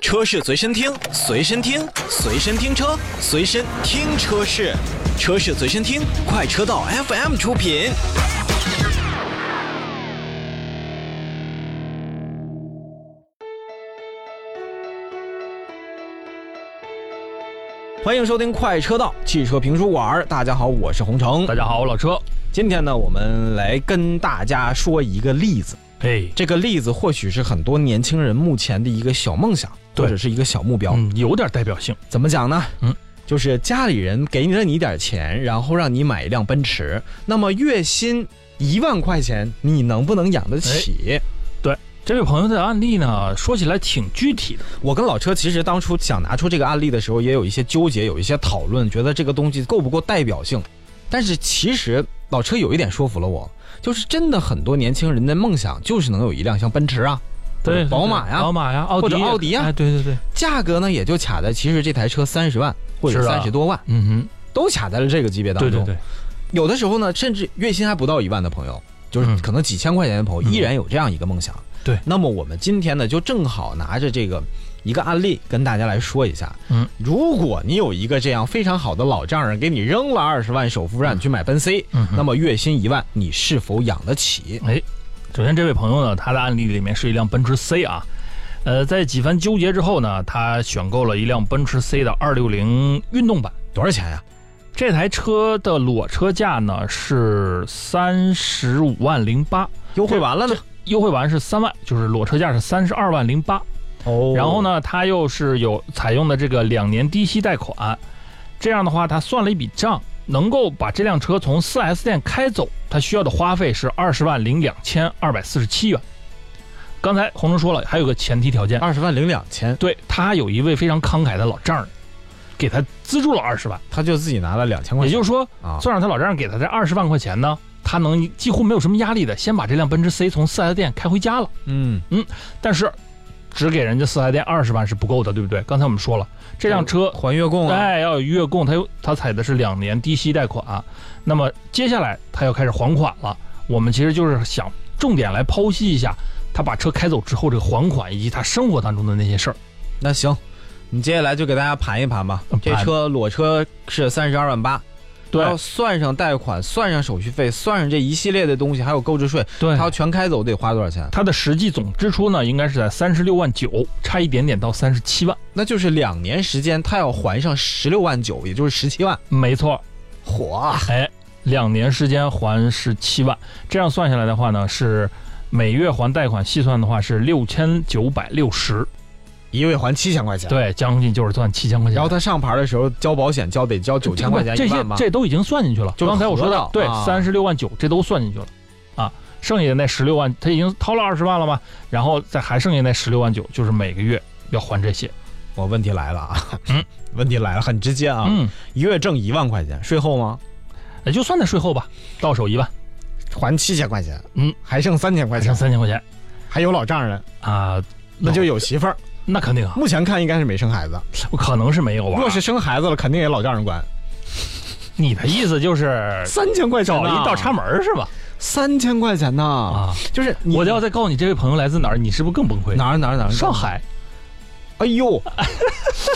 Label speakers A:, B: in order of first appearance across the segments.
A: 车是随身听，随身听，随身听车，随身听车是，车是随身听，快车道 FM 出品。欢迎收听快车道汽车评书馆儿，大家好，我是洪城
B: 大。家好，我老车。
A: 今天呢，我们来跟大家说一个例子。
B: 哎，
A: 这个例子或许是很多年轻人目前的一个小梦想，
B: 对
A: 或者是一个小目标。
B: 嗯，有点代表性。
A: 怎么讲呢？
B: 嗯，
A: 就是家里人给了你点钱，然后让你买一辆奔驰，那么月薪一万块钱，你能不能养得
B: 哎
A: 起？
B: 这位朋友的案例呢，说起来挺具体的。
A: 我跟老车其实当初想拿出这个案例的时候，也有一些纠结，有一些讨论，觉得这个东西够不够代表性。但是其实老车有一点说服了我，就是真的很多年轻人的梦想就是能有一辆像奔驰啊，
B: 对，
A: 宝马呀、
B: 宝马呀，奥迪
A: 或者奥迪呀
B: 哎，对对对，
A: 价格呢也就卡在其实这台车三十万或者
B: 是啊
A: 三十多万，
B: 嗯
A: 都卡在了这个级别
B: 哼，
A: 当中。
B: 对对对，
A: 有的时候呢，甚至月薪还不到一万的朋友，就是
B: 嗯
A: 可能几千块钱的朋友，
B: 嗯
A: 依然有这样一个梦想。
B: 对
A: 那么我们今天呢，就正好拿着这个一个案例跟大家来说一下。
B: 嗯，
A: 如果你有一个这样非常好的老丈人，给你扔了二十万首付让你去买奔 C，、
B: 嗯哼
A: 那么月薪一万，你是否养得起？
B: 哎，首先这位朋友呢，他的案例里面是一辆奔驰 C 啊，呃，在几番纠结之后呢，他选购了一辆奔驰 C 的260运动版。
A: 多少钱呀、
B: 这台车的裸车价呢是三十五万零八，
A: 优惠完了呢？
B: 优惠完是三万，就是裸车价是三十二万零八。
A: 哦
B: 然后？呢，它又是有采用的这个两年低息贷款，这样的话，他算了一笔账，能够把这辆车从 4S 店开走，它需要的花费是二十万零两千二百四十七元。刚才红叔说了，还有个前提条件，
A: 二十万零两千，
B: 对他有一位非常慷慨的老丈人，给他资助了二十万，
A: 他就自己拿了两千块
B: 也
A: 钱，
B: 就是说，
A: 啊，
B: 算上他老丈人给他这二十万块钱呢，他能几乎没有什么压力的，先把这辆奔驰 C 从 4S 店开回家了。
A: 嗯，
B: 但是只给人家四 S 店二十万是不够的，对不对？刚才我们说了，这辆车
A: 还月供啊，
B: 哎要有月供，它有它采的是两年低息贷款、啊那么接下来它要开始还款了。我们其实就是想重点来剖析一下他把车开走之后这个还款以及他生活当中的那些事儿。
A: 那行，你接下来就给大家盘一盘吧
B: 嗯。
A: 这
B: 盘
A: 车裸车是三十二万八，
B: 对
A: 要算上贷款，算上手续费，算上这一系列的东西，还有购置税，
B: 对
A: 它，要全开走得花多少钱？
B: 他的实际总支出呢应该是在三十六万九，差一点点到三十七万。
A: 那就是两年时间，他要还上十六万九，也就是十七万。
B: 没错，
A: 火啊！
B: 哎，两年时间还十七万，这样算下来的话呢，是每月还贷款细算的话是六千九百六十，
A: 一个月还七千块钱。。
B: 对，将近就是算七千块钱。
A: 然后他上牌的时候交保险交得交九千块钱
B: 这
A: 一
B: 些
A: 万吧？
B: 这都已经算进去了。
A: 就是
B: 刚才我说
A: 合
B: 的
A: 到，
B: 对
A: 啊，
B: 三十六万九，这都算进去了啊。剩下的那十六万，他已经掏了二十万了嘛，然后再还剩下那十六万九，就是每个月要还这些。
A: 我问题来了啊！
B: 嗯
A: 问题来了，很直接啊！
B: 嗯，
A: 一月挣一万块钱，税后吗？
B: 也就算在税后吧，到手一万，
A: 还七千块钱，
B: 嗯，
A: 还剩三千块
B: 还
A: 钱
B: 剩，三千块钱
A: 还有老丈人，
B: 啊，
A: 那就有媳妇儿。
B: 那肯定啊，
A: 目前看应该是没生孩子，
B: 可能是没有吧。啊
A: 若是生孩子了，肯定也老丈人管。
B: 你的意思就是
A: 三千块钱
B: 找
A: 呢，
B: 一道插门儿是吧？
A: 三千块钱呢，
B: 啊，
A: 就是你
B: 我就要再告诉你这位朋友来自哪儿，你是不是更崩溃？
A: 哪儿哪儿哪儿
B: 上，海，
A: 哎呦，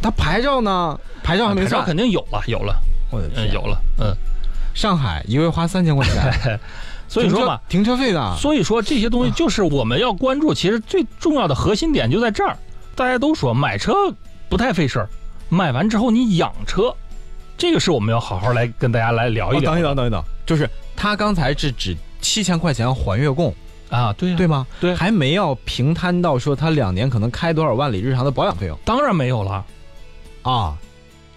A: 他牌照呢？牌照还啊没
B: 牌照
A: 算，
B: 肯定有了，有了，
A: 我的
B: 嗯，
A: 天，
B: 有了，嗯。
A: 上海一位花三千块 钱，
B: 所以说嘛，
A: 停车，停车费呢？
B: 所以说啊这些东西就是我们要关注，其实最重要的核心点就在这儿。大家都说买车不太费事儿，买完之后你养车，这个是我们要好好来跟大家来聊一
A: 哦
B: 聊
A: 等一等，等一等，就是他刚才是指七千块钱还月供，
B: 啊。对呀
A: 对吗？
B: 对
A: 还没要平摊到说他两年可能开多少万里日常的保养费用
B: 当然没有了。
A: 啊。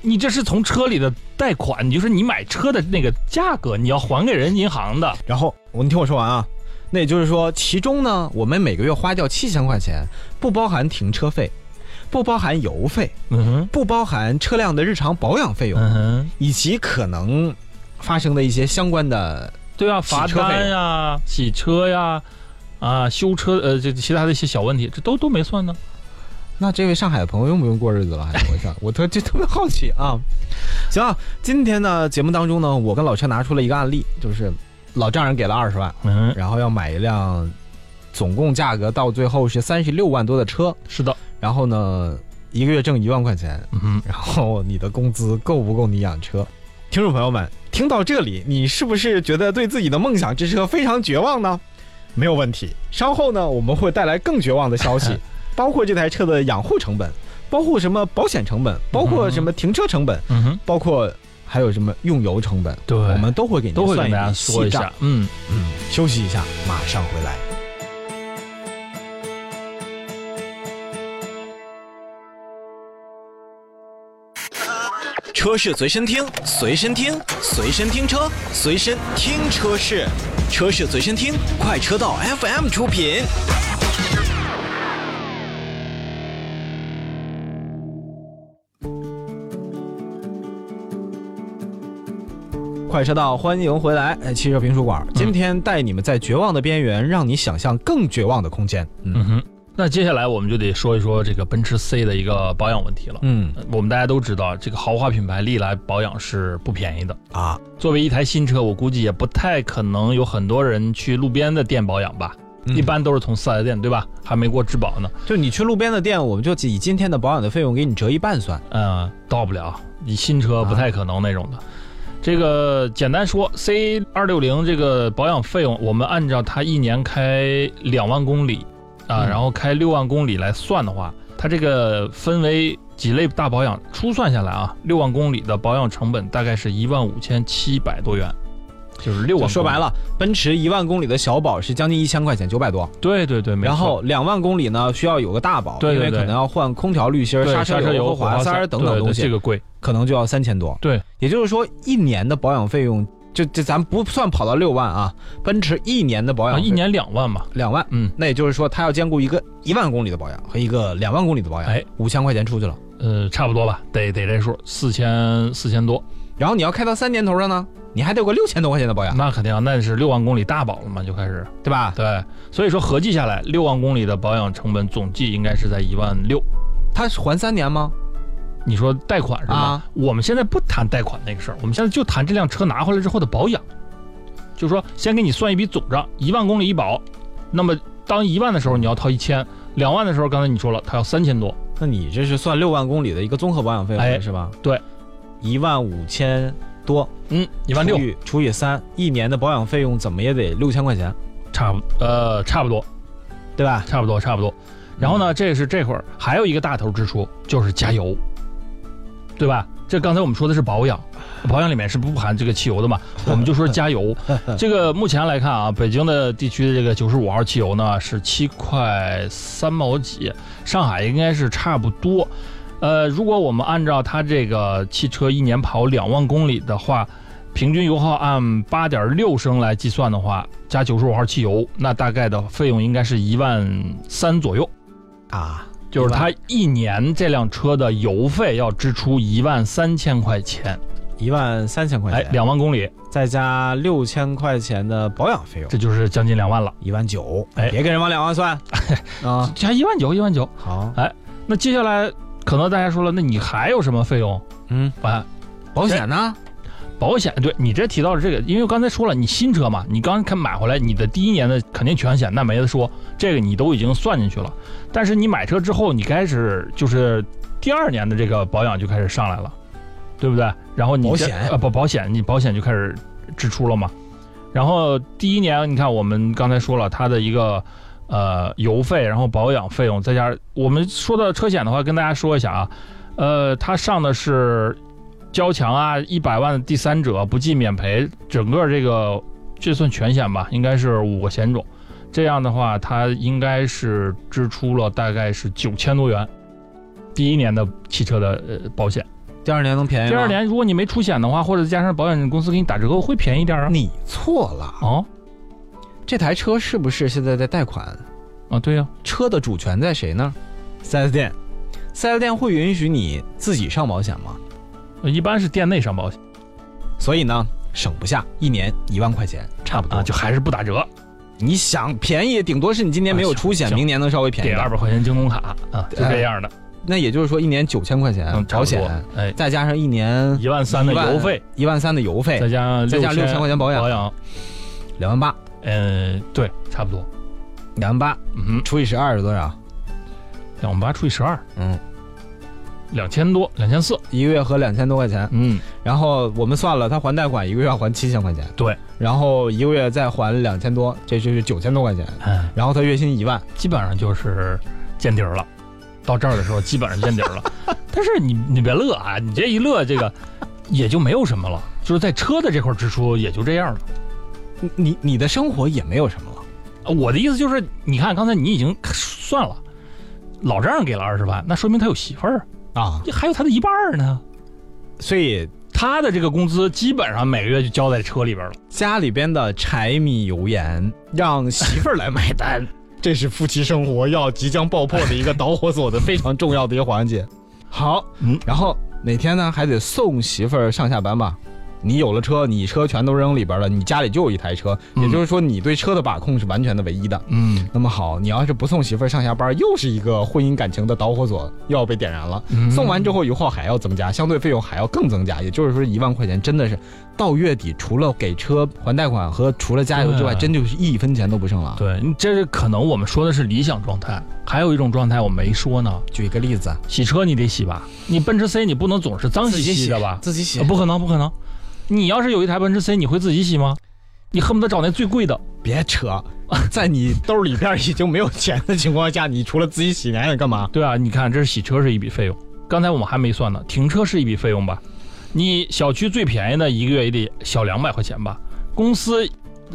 B: 你这是从车里的贷款，你就是你买车的那个价格，你要还给人银行的。
A: 然后我你听我说完啊，那也就是说，其中呢，我们每个月花掉七千块钱，不包含停车费，不包含油费，
B: 嗯哼，
A: 不包含车辆的日常保养费用，
B: 嗯哼。
A: 以及可能发生的一些相关的。
B: 对啊，
A: 洗
B: 罚
A: 车费
B: 单呀、洗车呀、啊修车呃这其他的一些小问题，这都都没算呢。
A: 那这位上海的朋友用不用过日子了？还是怎么回事？我特这特别好奇啊。行啊，今天呢节目当中呢，我跟老车拿出了一个案例，就是老丈人给了二十万，
B: 嗯，
A: 然后要买一辆总共价格到最后是三十六万多的车，
B: 是的，
A: 然后呢，一个月挣一万块钱，
B: 嗯哼，
A: 然后你的工资够不够你养车？听众朋友们，听到这里，你是不是觉得对自己的梦想之车非常绝望呢？没有问题，稍后呢，我们会带来更绝望的消 息，包括这台车的养护成本，包括什么保险成本，包括什么停车成本，
B: 嗯哼，
A: 包括还有什么用油成本，
B: 对，
A: 我们都会给您
B: 都会
A: 算
B: 跟大家
A: 笔
B: 说
A: 细
B: 一
A: 账
B: 下。，嗯。
A: 嗯，休息一下，马上回来。车是随身听，随身听，随身听车，随身听车是，车是随身听，快车道 FM 出品。快车道，欢迎回来！哎，汽车评书馆，今天带你们在绝望的边缘，让你想象更绝望的空间。嗯
B: 嗯哼，那接下来我们就得说一说这个奔驰 C 的一个保养问题了。
A: 嗯
B: 我们大家都知道，这个豪华品牌历来保养是不便宜的。
A: 啊，
B: 作为一台新车，我估计也不太可能有很多人去路边的店保养吧，
A: 嗯
B: 一般都是从四 S 店，对吧？还没过质保呢，
A: 就你去路边的店，我们就以今天的保养的费用给你折一半算。
B: 嗯，到不了，你新车不
A: 啊
B: 太可能那种的。这个简单说，C 二六零这个保养费用，我们按照它一年开两万公里啊，
A: 嗯
B: 然后开六万公里来算的话，它这个分为几类大保养，初算下来啊，六万公里的保养成本大概是一万五千七百多元，就是六
A: 就
B: 万。
A: 说白
B: 了，
A: 了，奔驰一万公里的小保是将近一千块钱，九百多。
B: 对对对，没错
A: 然后两万公里呢，需要有个大保，
B: 对对
A: 因为
B: 对
A: 可能要换空调滤芯、
B: 对刹
A: 车油、
B: 油、
A: 滑塞儿
B: 塞
A: 等等
B: 对对
A: 东西，
B: 这个贵。
A: 可能就要三千多。
B: 对，
A: 也就是说一年的保养费用，就这咱不算跑到六万啊，奔驰一年的保
B: 啊，
A: 养费
B: 一年两万嘛，
A: 两万。
B: 嗯，
A: 那也就是说，它要兼顾一个一万公里的保养和一个两万公里的保养，
B: 哎，
A: 五千块钱出去了。
B: 呃，差不多吧，得得这数，四千四千多。
A: 然后你要开到三年头上呢，你还得有个六千多块钱的保养，
B: 那肯定啊，那是六万公里大保了嘛，就开始
A: 对吧？
B: 对，所以说合计下来，六万公里的保养成本总计应该是在一万六。
A: 它是还三年吗？
B: 你说贷款是吧？
A: 啊
B: 我们现在不谈贷款那个事儿，我们现在就谈这辆车拿回来之后的保养，就是说先给你算一笔总账，一万公里一保，那么当一万的时候你要掏一千，两万的时候刚才你说了，它要三千多，
A: 那你这是算六万公里的一个综合保养费用、
B: 哎
A: 是吧？
B: 对，
A: 一万五千多，
B: 嗯，一万六
A: 除以除以三，一年的保养费用怎么也得六千块钱，
B: 差不呃差不多
A: 对吧？
B: 差不多差不多。然后呢，这是这会儿还有一个大头支出就是加油，对吧？这刚才我们说的是保养，保养里面是不含这个汽油的嘛？我们就说加油。这个目前来看啊，北京的地区的这个九十五号汽油呢是七块三毛几，上海应该是差不多。呃，如果我们按照它这个汽车一年跑两万公里的话，平均油耗按八点六升来计算的话，加九十五号汽油，那大概的费用应该是一万三左右。
A: 啊，
B: 就是他一年这辆车的油费要支出一万三千块钱，
A: 一万三千块
B: 哎，
A: 钱，
B: 两万公里，
A: 再加六千块钱的保养费用，
B: 这就是将近两万了，
A: 一万九，
B: 哎
A: 别跟人往两万算 啊。
B: 加一万九，一万九。
A: 好，
B: 那接下来可能大家说了，那你还有什么费用？
A: 嗯，
B: 啊，
A: 保险呢？
B: 哎保险，对你这提到了这个，因为我刚才说了，你新车嘛，你刚看买回来，你的第一年的肯定全险，那没得说，这个你都已经算进去了。但是你买车之后，你开始就是第二年的这个保养就开始上来了，对不对？然后你这
A: 保险
B: 呃不保险，你保险就开始支出了嘛。然后第一年，你看我们刚才说了，它的一个呃油费，然后保养费用，再加上我们说到车险的话，跟大家说一下啊，呃，它上的是交强啊，一百万的第三者不计免赔，整个这个这算全险吧，应该是五个险种。这样的话，它应该是支出了大概是九千多元，第一年的汽车的呃保险。
A: 第二年能便宜吗？
B: 第二年如果你没出险的话，或者加上保险公司给你打折扣，会便宜点啊。
A: 你错了，
B: 哦
A: 这台车是不是现在在贷款？
B: 啊，对呀、
A: 车的主权在谁那儿？四 S 店。四 S 店会允许你自己上保险吗？
B: 一般是店内上保险
A: 所以呢，省不下一年一万块钱，差不多。
B: 啊，就还是不打折，
A: 你想便宜，顶多是你今年没有出险，
B: 啊行
A: 明年能稍微便宜
B: 给
A: 点
B: 二百块钱京东卡啊，就这样的。
A: 那也就是说，一年九千块钱
B: 嗯，
A: 保险，
B: 差不多哎，
A: 再加上一年
B: 一万三的
A: 一万
B: 油费，
A: 一万三的油
B: 再
A: 费，
B: 加哦
A: 再加六千块钱保
B: 保
A: 养，
B: 养，
A: 两万八。
B: 呃嗯，对，差不多。
A: 两万八
B: 嗯哼，
A: 除以十二是多少？
B: 两万八除以十二，
A: 嗯，
B: 两千多，两千四，
A: 一个月合两千多块钱。
B: 嗯，
A: 然后我们算了，他还贷款一个月要还七千块钱，
B: 对，
A: 然后一个月再还两千多，这就是九千多块钱。
B: 哎，
A: 然后他月薪一万，
B: 基本上就是见底儿了。到这儿的时候，基本上见底儿了。 但是你你别乐啊，你这一乐，这个也就没有什么了，就是在车的这块儿支出也就这样了。
A: 你你你的生活也没有什么了。
B: 呃我的意思就是，你看刚才你已经算了，老丈人给了二十万，那说明他有媳妇儿，
A: 啊，
B: 还有他的一半儿呢。
A: 所以
B: 他的这个工资基本上每个月就交在车里边了。
A: 家里边的柴米油 盐让媳妇儿来买单， 这是夫妻生活要即将爆破的一个导火索的非常重要的一个环节。好，
B: 嗯
A: 然后哪天呢还得送媳妇儿上下班吧。你有了车，你车全都扔里边了，你家里就有一台车，
B: 嗯
A: 也就是说你对车的把控是完全的唯一的。
B: 嗯
A: 那么好，你要是不送媳妇儿上下班，又是一个婚姻感情的导火索，又要被点燃了。
B: 嗯
A: 送完之后，油耗还要增加，相对费用还要更增加，也就是说，一万块钱真的是到月底，除了给车还贷款和除了加油之外，
B: 对
A: 真就是一分钱都不剩了。，
B: 嗯对，你这是可能我们说的是理想状态，还有一种状态我没说呢。
A: 举一个例子，啊
B: 洗车你得洗吧，你奔驰 C 你不能总是脏兮兮嗯的吧？
A: 自己洗
B: 呃，不可能，不可能。你要是有一台奔驰 C，你会自己洗吗？你恨不得找那最贵的。
A: 别扯， 在你兜里边已经没有钱的情况下，你除了自己洗，你还想干嘛？
B: 对啊，你看这是洗车是一笔费用，刚才我们还没算呢，停车是一笔费用吧？你小区最便宜的一个月也得小两百块钱吧？公司，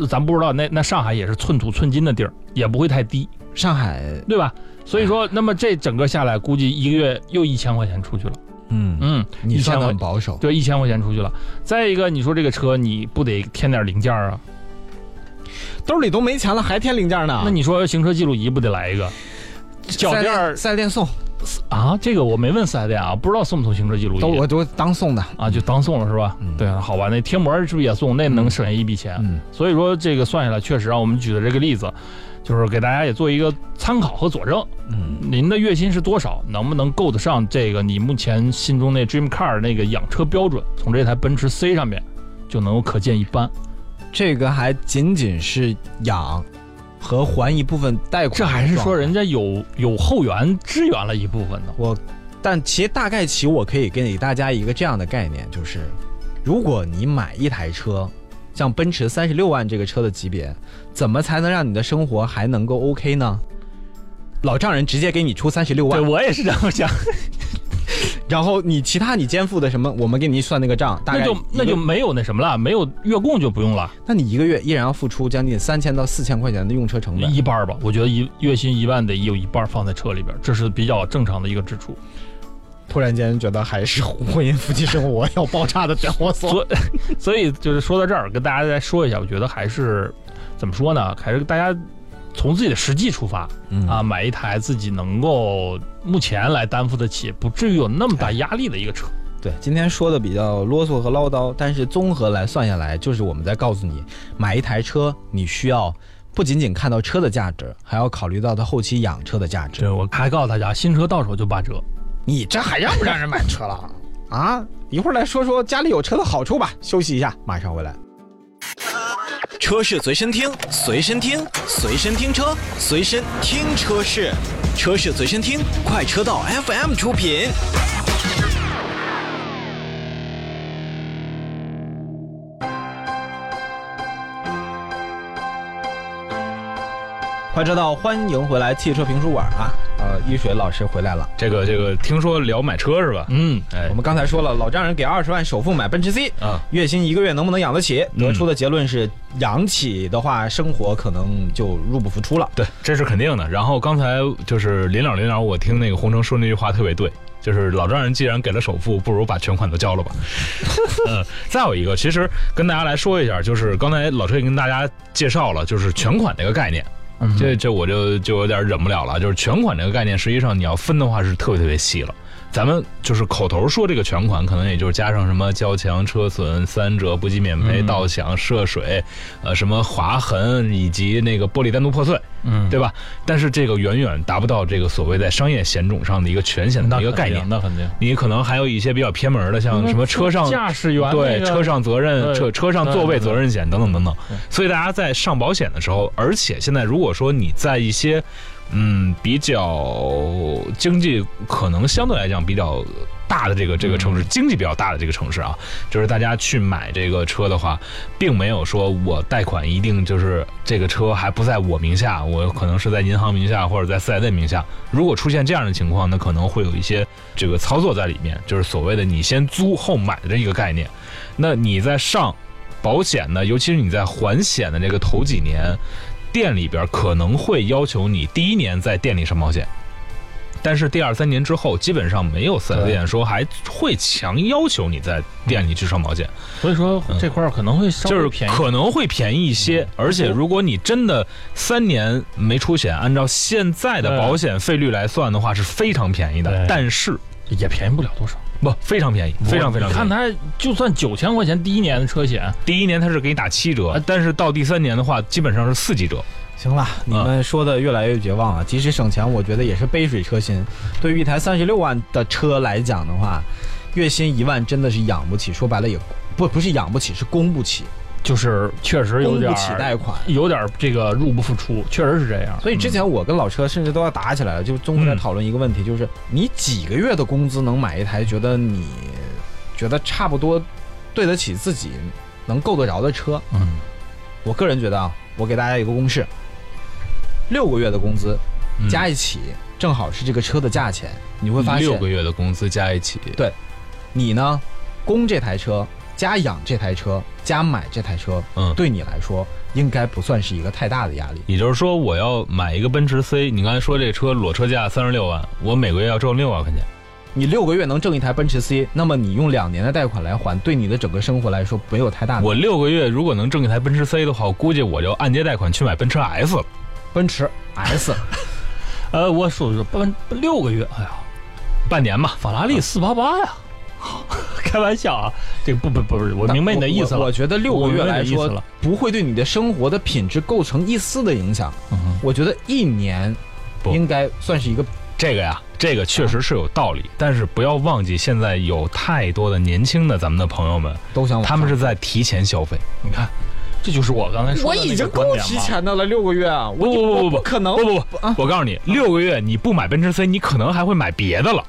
B: 咱不知道，那那上海也是寸土寸金的地儿，也不会太低，
A: 上海，
B: 对吧？所
A: 哎
B: 以说，那么这整个下来，估计一个月又一千块钱出去了。
A: 嗯，
B: 嗯，
A: 你算的
B: 1000
A: 很保守，
B: 对，一千块钱出去了。再一个，你说这个车你不得添点零件儿啊？
A: 兜里都没钱了，还添零件呢？
B: 那你说行车记录仪不得来一个？脚
A: 四 S
B: 垫儿
A: 四 S 店送，
B: 啊，这个我没问四 S 店啊，不知道送不送行车记录仪。
A: 都我都当送的。
B: 啊，就当送了是吧？
A: 嗯
B: 对啊，好吧，那贴膜是不是也送？那能省下一笔钱。
A: 嗯，
B: 所以说这个算下来，确实啊，我们举的这个例子，就是给大家也做一个参考和佐证。
A: 嗯，
B: 您的月薪是多少？能不能够得上这个你目前心中那 dream car 那个养车标准？从这台奔驰 C 上面就能够可见一斑。
A: 这个还仅仅是养和还一部分贷款，
B: 这还是说人。家有有后援支援了一部分呢。
A: 我，但其实大概其我可以给大家一个这样的概念，就是如果你买一台车，像奔驰三十六万这个车的级别，怎么才能让你的生活还能够 OK 呢？老丈人直接给你出三十六
B: 对，
A: 万，
B: 我也是这样想，
A: 然后你其他你肩负的什么，我们给你算那个账，大概
B: 那就
A: 一个
B: 那就没有那什么了，没有月供就不用了，
A: 那你一个月依然要付出将近三千到四千块钱的用车成本，
B: 一半儿吧。我觉得一月薪一万得有一半儿放在车里边儿，这是比较正常的一个支出。
A: 突然间觉得还是婚姻夫妻生活要爆炸的导火索
B: 所所以就是说到这儿，跟大家再说一下，我觉得还是怎么说呢？还是大家从自己的实际出发
A: 嗯
B: 啊，买一台自己能够目前来担负得起，不至于有那么大压力的一个车。
A: 对，今天说的比较啰嗦和唠叨，但是综合来算下来，就是我们在告诉你，买一台车，你需要不仅仅看到车的价值，还要考虑到它后期养车的价值。
B: 这我还告诉大家，新车到手就八折。
A: 你这还让不让人买车了啊？一会儿来说说家里有车的好处吧。休息一下，马上回来。
C: 车是随身听，随身听，随身听车，随身听车是，车是随身听，快车道 FM 出品。
A: 快车道，欢迎回来，汽车评书馆啊！呃，一水老师回来了。
D: 这个这个，听说聊买车是吧？
B: 嗯，
D: 哎
A: 我，们刚才说了，老丈人给二十万首付买奔驰 C，
D: 啊，
A: 月薪一个月能不能养得起？
D: 嗯
A: 得出的结论是，养起的话，生活可能就入不敷出了。
D: 对，这是肯定的。然后刚才就是临了临了，我听那个洪城说那句话特别对，就是老丈人既然给了首付，不如把全款都 交了吧。嗯，再有一个，其实跟大家来说一下，就是刚才老车也跟大家介绍了，就是全款这个概念，
B: 嗯
D: 这这我就就有点忍不了了。就是全款这个概念，实际上你要分的话是特别特别细了。咱们就是口头说这个全款，可能也就是加上什么交强、车损、三折、不计免赔、
B: 嗯
D: 盗抢、涉水，呃，什么划痕以及那个玻璃单独破碎，
B: 嗯，
D: 对吧？但是这个远远达不到这个所谓在商业险种上的一个全险的
B: 那
D: 一个
B: 肯
D: 概
B: 定
D: 念。
B: 那肯定。
D: 你可能还有一些比较偏门的，像什么车上
B: 驾驶员那
D: 对
B: 个
D: 车上责任、
B: 对
D: 车车上座位责任险等等等等
B: 对。
D: 所以大家在上保险的时候，而且现在如果说你在一些嗯比较经济可能相对来讲比较大的这个这
B: 嗯
D: 个城市，经济比较大的这个城市啊，就是大家去买这个车的话，并没有说我贷款一定就是这个车还不在我名下，我可能是在银行名下或者在四 S 店名下。如果出现这样的情况，那可能会有一些这个操作在里面，就是所谓的你先租后买的这一个概念。那你在上保险呢，尤其是你在还险的这个头几年，店里边可能会要求你第一年在店里上保险。但是第二三年之后，基本上没有四 S
B: 对
D: 店说还会强要求你在店里去上保险。
B: 所以说
D: 嗯
B: 这块儿可能会稍
D: 就是
B: 微便宜，嗯
D: 可能会便宜一些，而且如果你真的三年没出险，按照现在的保险费率来算的话，是非常便宜的
B: 对。
D: 但是
B: 也便宜不了多少，
D: 不非常便宜，非常非常
B: 你
D: 便
B: 看
D: 宜。
B: 它就算九千块钱第一年的车险，
D: 第一年它是给你打七折，
B: 呃
D: 但是到第三年的话，基本上是四几折。
A: 行
B: 啊
A: 了，你们说的越来越绝望啊了。即使省钱，我觉得也是杯水车薪。对于一台三十六万的车来讲的话，月薪一万真的是养不起。说白了也不不是养不起，是供不起，
B: 就是确实有
A: 供
B: 点
A: 不起
B: 儿
A: 贷款。
B: 有点儿这个入不敷出，确实是这样。
A: 所以之前我跟老车甚至都要打起来了，就综
D: 嗯
A: 合在讨论一个问题，就是你几个月的工资能买一台觉得你觉得差不多对得起自己能够得着的车？
B: 嗯，
A: 我个人觉得啊，我给大家一个公式：六个月的工资
D: 嗯
A: 加一起，正好是这个车的价钱。你会发
D: 六
A: 现
D: 个，月的工资加一起，
A: 你呢，供这台车，加养这台车，加买这台车，
D: 嗯，
A: 对你来说应该不算是一个太大的压力。
D: 也就是说我要买一个奔驰 C，你刚才说这车裸车价三十六万，我每个月要挣六万块钱。
A: 你六个月能挣一台奔驰 C，那么你用两年的贷款来还，对你的整个生活来说没有太
B: 嗯
A: 大的。
D: 我六个月如果能挣一台奔驰 C 的话，我估计我就按揭贷款去买奔驰 S 了。
A: 奔驰 S，
B: 呃，我数数，奔六个月，哎呀，
D: 半年吧，
B: 法拉利四八八呀， 开玩笑啊，这个不不不 是，我明白你的意思
A: 我我
B: 了
A: 我。觉得六
B: 我
A: 个
B: 明
A: 月
B: 白
A: 来
B: 你的意思
A: 说
B: 了
A: 不会对你的生活的品质构成一丝的影响。
B: 嗯哼
A: 我觉得一年
D: 不
A: 应该算是一个
D: 这个呀，这个确实是有道理，但是不要忘记，现在有太多的年轻的咱们的朋友们，
A: 都想往
D: 他们
A: 上
D: 是在提前消费。
B: 你看，这就是我刚才说
A: 我
B: 的
A: 已
B: 那个
A: 经
B: 观
A: 够
B: 点
A: 提
B: 嘛。
A: 前的了，六个月啊！我
D: 不不不不
A: 我
D: 不
A: 可能
D: 不哦不不，
A: 啊
D: 我告诉你，六个月你不买奔驰 C，你可能还会买别的了，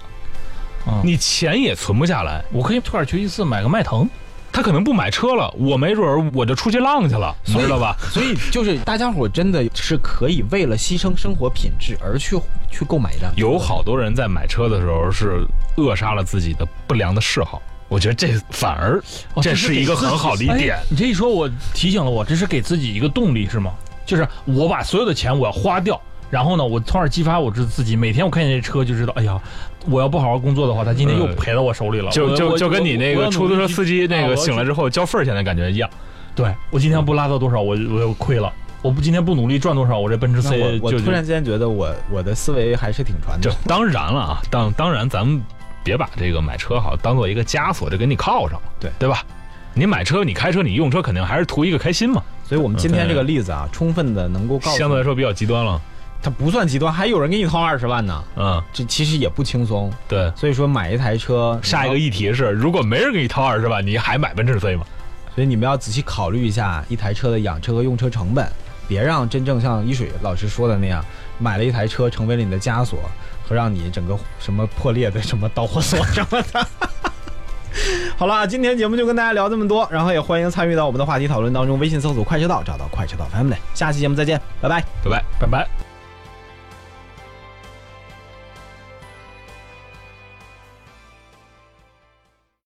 B: 嗯
D: 你钱也存不下来。
B: 我可以退而求其次买个迈腾，
D: 他可能不买车了，我没准儿我就出去浪去了，你知道 吧？
A: 所以就是大家伙真的是可以为了牺牲生活品质而去去购买一辆车
D: 有好多人在买车的时候是扼杀了自己的不良的嗜好，我觉得这反而
B: 哦
D: 这
B: 是
D: 是
B: 给
D: 一个
B: 自己
D: 很好的一点
B: 哎。你这一说，我提醒了我，这是给自己一个动力是吗？就是我把所有的钱我要花掉，然后呢，我从而激发我自自己。每天我看见这车就知道，哎呀，我要不好好工作的话，他今天又
D: 呃
B: 赔到我手里了。
D: 就
B: 我
D: 就
B: 我
D: 就跟你那
B: 我
D: 个
B: 我
D: 出租车司机
B: 我要
D: 那
B: 努
D: 个
B: 力
D: 醒来之后交份儿钱的感觉一样。
B: 对我今天不拉到多少，我我又亏了。我不今天不努力赚多少，我这奔驰
A: 那
B: C
A: 我我
B: 就
A: 突然间觉得我我的思维还是挺传
D: 就
A: 统的，
D: 当然了啊，当当然咱们别把这个买车好当做一个枷锁，就给你铐上了，
A: 对
D: 对吧？你买车，你开车，你用车，肯定还是图一个开心嘛。
A: 所以我们今天这个例子啊，充分的能够告诉
D: 相对来
A: 你，
D: 说比较极端了，
A: 它不算极端，还有人给你掏二十万呢，
D: 嗯，
A: 这其实也不轻松。
D: 对。
A: 所以说买一台车，
D: 下一个
A: 你
D: 议题是，如果没人给你掏二十万，你还买奔驰 C 吗？
A: 要，所以你们要仔细考虑一下一台车的养车和用车成本，别让真正像一水老师说的那样，买了一台车成为了你的枷锁和让你整个什么破裂的什么导火 索什么的。 好了，今天节目就跟大家聊这么多，然后也欢迎参与到我们的话题讨论当中，微信搜索“快车道”，找到“快车道 Family”。下期节目再见，拜拜。
D: 拜拜。
B: 拜拜。